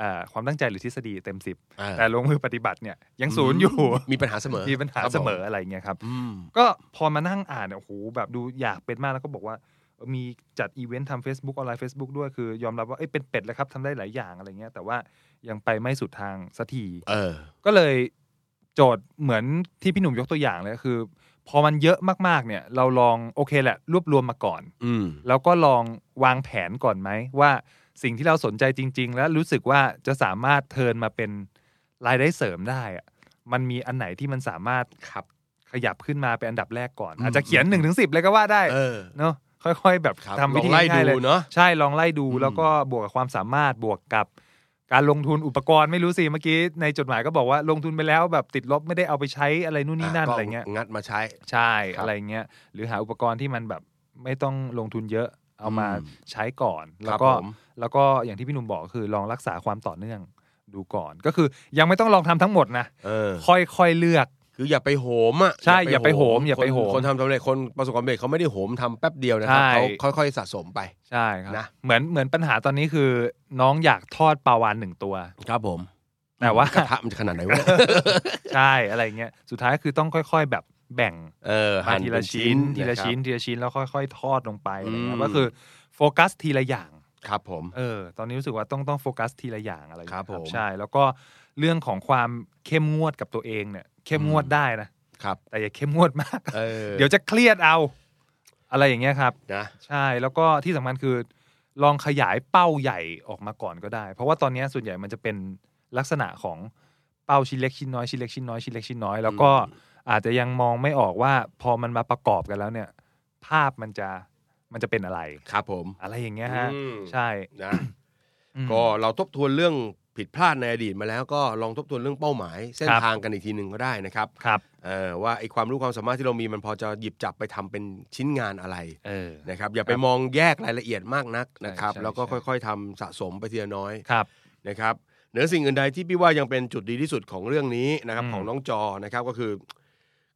[SPEAKER 1] เอ่อความตั้งใจหรือทฤษฎีเต็มสิบ
[SPEAKER 2] เออ
[SPEAKER 1] แต่ลงมือปฏิบัติเนี่ยยังศูนย์อยู่
[SPEAKER 2] มีปัญหาเสมอ
[SPEAKER 1] มีปัญหา
[SPEAKER 2] ครับผ
[SPEAKER 1] เสมออะไรอย่างเงี้ยครับ
[SPEAKER 2] อืม
[SPEAKER 1] ก็พอมานั่งอ่านเนี่ยโอ้โหแบบดูอยากเป็นมากแล้วก็บอกว่าเออมีจัดอีเวนต์ทำ Facebook ออนไลน์ Facebook ด้วยคือยอมรับว่าเอ้ยเป็นเป็ดแล้วครับทำได้หลายอย่างอะไรเงี้ยแต่ว่ายังไปไม่สุดทางสักที
[SPEAKER 2] เออ
[SPEAKER 1] ก็เลยโจทย์เหมือนที่พี่หนุ่มยกตัวอย่างเลยก็คือ พอมันเยอะมากๆเนี่ย เราลองโอเคแหละ รวบรวมมาก่อน
[SPEAKER 2] อืม
[SPEAKER 1] แล้วก็ลองวางแผนก่อนไหม ว่าสิ่งที่เราสนใจจริง ๆ แล้วรู้สึกว่าจะสามารถเทิร์นมาเป็นรายได้เสริมได้อะมันมีอันไหนที่มันสามารถขับขยับขึ้นมาเป็นอันดับแรกก่อน
[SPEAKER 2] อืม
[SPEAKER 1] อาจจะเขียน1นถึงสิเลยก็ว่าได้
[SPEAKER 2] เออ
[SPEAKER 1] เนาะค่อย ๆ แบบ
[SPEAKER 2] ครับ
[SPEAKER 1] ทำ
[SPEAKER 2] ล
[SPEAKER 1] วิ
[SPEAKER 2] อง
[SPEAKER 1] ธี
[SPEAKER 2] ไล่
[SPEAKER 1] ง่ายๆเลย
[SPEAKER 2] ดูเนาะ
[SPEAKER 1] ใช่ลองไล่ดู
[SPEAKER 2] อืม
[SPEAKER 1] แล้วก็บวกกับความสามารถบวกกับการลงทุนอุปกรณ์ไม่รู้สิเมื่อกี้ในจดหมายก็บอกว่าลงทุนไปแล้วแบบติดลบไม่ได้เอาไปใช้อะไรนู่นนี่นั่น
[SPEAKER 2] ก็
[SPEAKER 1] อะไรเงี้ย
[SPEAKER 2] งัดมาใช้
[SPEAKER 1] ใช่
[SPEAKER 2] ครับ
[SPEAKER 1] อะไรเงี้ยหรือหาอุปกรณ์ที่มันแบบไม่ต้องลงทุนเยอะเอามา
[SPEAKER 2] อืม
[SPEAKER 1] ใช้ก่อน
[SPEAKER 2] ค
[SPEAKER 1] แล้
[SPEAKER 2] รั
[SPEAKER 1] ว
[SPEAKER 2] บ
[SPEAKER 1] ก็
[SPEAKER 2] ผม
[SPEAKER 1] แล้วก็อย่างที่พี่หนุ่มบอกคือลองรักษาความต่อเนื่องดูก่อน ก็คือยังไม่ต้องลองทำทั้งหมดนะ
[SPEAKER 2] เออ
[SPEAKER 1] ค่อยๆเลือก
[SPEAKER 2] คืออย่าไปโหมอ่ะ
[SPEAKER 1] ใช่อย่าไปโหม
[SPEAKER 2] คน
[SPEAKER 1] อย่าไปโหม
[SPEAKER 2] คนทำสำเร็จคนประสบความสำเร็จเขาไม่ได้โหมทำแป๊บเดียวนะค
[SPEAKER 1] ใช่
[SPEAKER 2] รับเขาค่อยๆสะสมไป
[SPEAKER 1] ใช่ครับ
[SPEAKER 2] นะ
[SPEAKER 1] เหมือนเหมือนปัญหาตอนนี้คือ น้องอยากทอดปลาวานหนึ่งตัว
[SPEAKER 2] ครับผม
[SPEAKER 1] แต่ว่า
[SPEAKER 2] กระทะมันจะขนาดไหนวะ
[SPEAKER 1] ใช่อะไรเงี้ยสุดท้ายคือต้องค่อย ๆ แบบแบ่ง
[SPEAKER 2] เออ
[SPEAKER 1] มา
[SPEAKER 2] หั่น
[SPEAKER 1] ที
[SPEAKER 2] เป็
[SPEAKER 1] ละชิ้นทีละ
[SPEAKER 2] ครับ
[SPEAKER 1] ชิ้นทีละชิ้นแล้วค่อย ๆ ทอดลงไปอะไรเงี้
[SPEAKER 2] อื
[SPEAKER 1] ย
[SPEAKER 2] ม
[SPEAKER 1] ก็คือโฟกัสทีละอย่าง
[SPEAKER 2] ครับผม
[SPEAKER 1] เออตอนนี้รู้สึกว่าต้องต้องโฟกัสทีละอย่างอะไรเงี้ย
[SPEAKER 2] ครับผม
[SPEAKER 1] ใช่ แล้วก็เรื่องของความเข้มงวดกับตัวเองเนี่ยเข้มงวด
[SPEAKER 2] อืม
[SPEAKER 1] ได้นะครับ แต่อย่าเข้มงวดมาก
[SPEAKER 2] เออ
[SPEAKER 1] เดี๋ยวจะเครียดเอา อะไรอย่างเงี้ยครับ
[SPEAKER 2] นะ
[SPEAKER 1] ใช่แล้วก็ที่สำคัญคือ ลองขยายเป้าใหญ่ออกมาก่อนก็ได้ เพราะว่าตอนเนี้ยส่วนใหญ่มันจะเป็นลักษณะของเป้าชิ้นเล็กชิ้นน้อยชิ้นเล็กชิ้นน้อยชิ้นเล็กชิ้นน้อยแล้วก็อาจจะยังมองไม่ออกว่าพอมันมาประกอบกันแล้วเนี่ย ภาพมันจะมันจะเป็นอะไร
[SPEAKER 2] ครับผม
[SPEAKER 1] อะไรอย่างเงี้ยฮะ
[SPEAKER 2] อืม
[SPEAKER 1] ใช่
[SPEAKER 2] นะ
[SPEAKER 1] อืม
[SPEAKER 2] ก็เราทบทวนเรื่อง ผิดพลาดในอดีตมาแล้วก็ลองทบทวนเรื่องเป้าหมาย เส้น
[SPEAKER 1] ครับ
[SPEAKER 2] ทางกันอีกทีหนึ่งก็ได้นะครับ
[SPEAKER 1] ครับ
[SPEAKER 2] เอ่อว่าไอ้ความรู้ความสามารถที่เรามีมันพอจะหยิบจับไปทำเป็นชิ้นงานอะไร
[SPEAKER 1] เออ
[SPEAKER 2] นะครับอย่าไป
[SPEAKER 1] ครับ
[SPEAKER 2] มองแยกรายละเอียดมากนักนะครับ
[SPEAKER 1] ใช่ใช่
[SPEAKER 2] แล้วก็
[SPEAKER 1] ใช่
[SPEAKER 2] ค่อยๆทำสะสมไปทีละน้อย
[SPEAKER 1] ครับ
[SPEAKER 2] นะครับเหนือสิ่งอื่นใดที่พี่ว่ายังเป็นจุดดีที่สุดของเรื่องนี้นะครับ
[SPEAKER 1] อืม
[SPEAKER 2] ของน้องจอนะครับก็คือ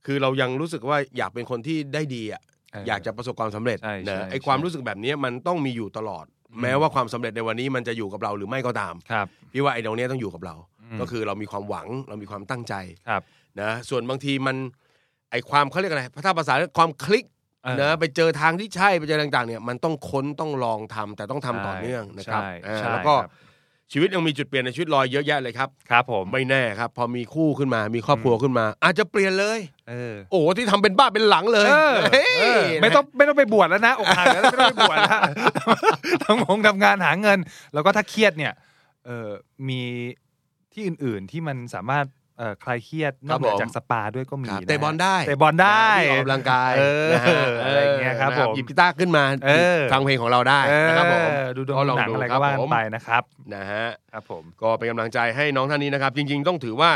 [SPEAKER 2] คือเรายังรู้สึกว่าอยากเป็นคนที่ได้ดีอ่ะ
[SPEAKER 1] เ
[SPEAKER 2] อยากจะประสบความสำเร็จ
[SPEAKER 1] ใช่ใช่
[SPEAKER 2] นะไอ
[SPEAKER 1] ใช่
[SPEAKER 2] ความรู้สึกแบบนี้มันต้องมีอยู่ตลอด
[SPEAKER 1] อืม
[SPEAKER 2] แม้ว่าความสำเร็จในวันนี้มันจะอยู่กับเราหรือไม่ก็ตาม
[SPEAKER 1] ครับ
[SPEAKER 2] พี่ว่าไอตรงเนี้ยต้องอยู่กับเรา
[SPEAKER 1] ม
[SPEAKER 2] ก็คือเรามีความหวังเรามีความตั้งใจ
[SPEAKER 1] ครับ
[SPEAKER 2] นะส่วนบางทีมันไอความเขาเรียกอะไรถ้าภาษาเรียกความคลิก
[SPEAKER 1] เออ
[SPEAKER 2] นะไปเจอทางที่ใช่ไปเจอต่างๆเนี่ยมันต้องค้นต้องลองทำแต่ต้องทำต่อเนื่องนะครับ
[SPEAKER 1] ใช่
[SPEAKER 2] เออ
[SPEAKER 1] ใช่
[SPEAKER 2] แล้วก็
[SPEAKER 1] ครับ
[SPEAKER 2] ชีวิตยังมีจุดเปลี่ยนในชีวิตรอยเยอะแยะเลยครับ
[SPEAKER 1] ครับผม
[SPEAKER 2] ไม่แน่ครับ พอมีคู่ขึ้นมามีครอบครัวขึ้นมา อาจจะเปลี่ยนเลย
[SPEAKER 1] เออ
[SPEAKER 2] โอ้โหที่ทำเป็นบ้าเป็นหลังเลย
[SPEAKER 1] เออ
[SPEAKER 2] เฮ้ย
[SPEAKER 1] เออไม่ต้องไม่ต้องไปบวชแล้วนะอกหักแล้วไม่ต้องไปบวชแล้ว ทำงงทำงานหาเงิน แล้วก็ถ้าเครียดเนี่ยเออมีที่อื่นๆที่มันสามารถเอ่อคลายเครียดนอกเหนือจากสปาด้วยก็มี
[SPEAKER 2] ครับ
[SPEAKER 1] นะ
[SPEAKER 2] เตะบอลได้
[SPEAKER 1] เตะบอลได้
[SPEAKER 2] นะวิ่งออกกำลังกาย
[SPEAKER 1] เออ
[SPEAKER 2] นะฮะ
[SPEAKER 1] อะไรอย่างเงี้ยครับ
[SPEAKER 2] นะ
[SPEAKER 1] ผม
[SPEAKER 2] หยิบกีตาร์ขึ้นมา
[SPEAKER 1] เออ
[SPEAKER 2] ฟังเพลงของเราได้นะครับผม
[SPEAKER 1] เออดูดวง
[SPEAKER 2] ก็
[SPEAKER 1] ดูหนังอะไรก็ว่ากันไปนะครับ
[SPEAKER 2] นะฮะ
[SPEAKER 1] ครับผม
[SPEAKER 2] ก็เป็นกำลังใจให้น้องท่านนี้นะครับ จริง ๆ ต้องถือว่า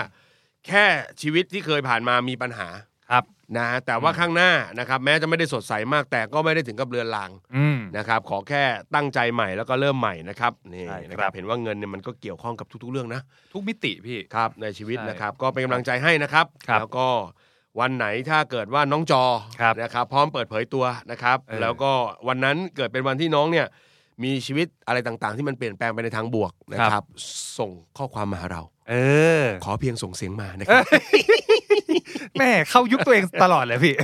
[SPEAKER 2] แค่ชีวิตที่เคยผ่านมามีปัญหา
[SPEAKER 1] ครับ
[SPEAKER 2] นะฮะแต่ว่า
[SPEAKER 1] อืม
[SPEAKER 2] ข้างหน้านะครับ แม้จะไม่ได้สดใสมากแต่ก็ไม่ได้ถึงกับเรือนราง
[SPEAKER 1] อืม
[SPEAKER 2] นะครับขอแค่ตั้งใจใหม่แล้วก็เริ่มใหม่นะครับนี่
[SPEAKER 1] ใช่ครับ
[SPEAKER 2] นะครับเห็นว่าเงินเนี่ยมันก็เกี่ยวข้องกับทุก ๆ เรื่องนะ
[SPEAKER 1] ทุกมิติพี่
[SPEAKER 2] ครับในชีวิต
[SPEAKER 1] ใช่
[SPEAKER 2] นะครับ ก็เป็นกำลังใจให้นะครับ
[SPEAKER 1] ครับ
[SPEAKER 2] แล้วก็วันไหนถ้าเกิดว่าน้องจอ
[SPEAKER 1] ครับ
[SPEAKER 2] นะครับ พร้อมเปิดเผยตัวนะครับ
[SPEAKER 1] เออ
[SPEAKER 2] แล้วก็วันนั้นเกิดเป็นวันที่น้องเนี่ยมีชีวิตอะไรต่างๆ ที่มันเปลี่ยนแปลงไปในทางบวกนะค
[SPEAKER 1] ครั
[SPEAKER 2] รับ
[SPEAKER 1] บ
[SPEAKER 2] ส่งข้อความมาหาเรา
[SPEAKER 1] เออ
[SPEAKER 2] ขอเพียงส่งเสียงมา นะครับ
[SPEAKER 1] แม่เข้ายุคตัวเองตลอดเลยพี่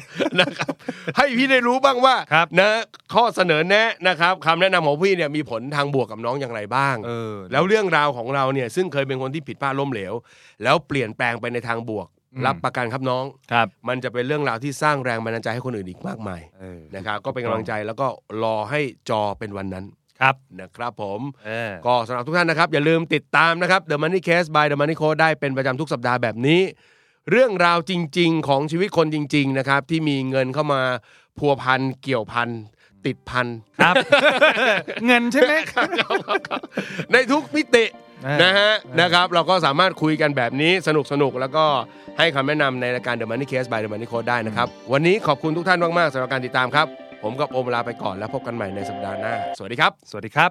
[SPEAKER 2] นะครับ ให้พี่ได้รู้บ้างว่า
[SPEAKER 1] ครับ
[SPEAKER 2] นะข้อเสนอแนะนะครับคำแนะนำของพี่เนี่ยมีผลทางบวกกับน้องอย่างไรบ้าง
[SPEAKER 1] เออ
[SPEAKER 2] แล้วเรื่องราวของเราเนี่ยซึ่งเคยเป็นคนที่ผิดพลาดล้มเหลว แล้วเปลี่ยนแปลงไปในทางบวก
[SPEAKER 1] อืม
[SPEAKER 2] รับประกันครับน้อง
[SPEAKER 1] ครับ
[SPEAKER 2] มันจะเป็นเรื่องราวที่สร้างแรงบันดาลใจให้คนอื่นอีกมากมาย
[SPEAKER 1] เออ
[SPEAKER 2] นะครับก็เป็นกำลังใจแล้วก็รอให้จอเป็นวันนั้น
[SPEAKER 1] ครับ
[SPEAKER 2] นะครับผม
[SPEAKER 1] เออ
[SPEAKER 2] ก็สำหรับทุกท่านนะครับ อย่าลืมติดตามนะครับ The Money Case by The Money Code ได้เป็นประจำทุกสัปดาห์แบบนี้ เรื่องราวจริง ๆ ของชีวิตคนจริง ๆ นะครับ ที่มีเงินเข้ามาพัวพันเกี่ยวพันติดพัน
[SPEAKER 1] ครับ เงินใช่ไหม
[SPEAKER 2] ในทุกมิติ
[SPEAKER 1] เออ
[SPEAKER 2] นะฮะ
[SPEAKER 1] เออ
[SPEAKER 2] นะครับเราก็สามารถคุยกันแบบนี้สนุกสนุกๆแล้วก็ให้คำแนะนำในรายการ The Money Case by The Money Code ได้นะครับ วันนี้ขอบคุณทุกท่านมาก ๆสำหรับการติดตามครับ ผมกับโอมลาไปก่อนแล้วพบกันใหม่ในสัปดาห์หน้า สวัสดีครับ
[SPEAKER 1] สวัสดีครับ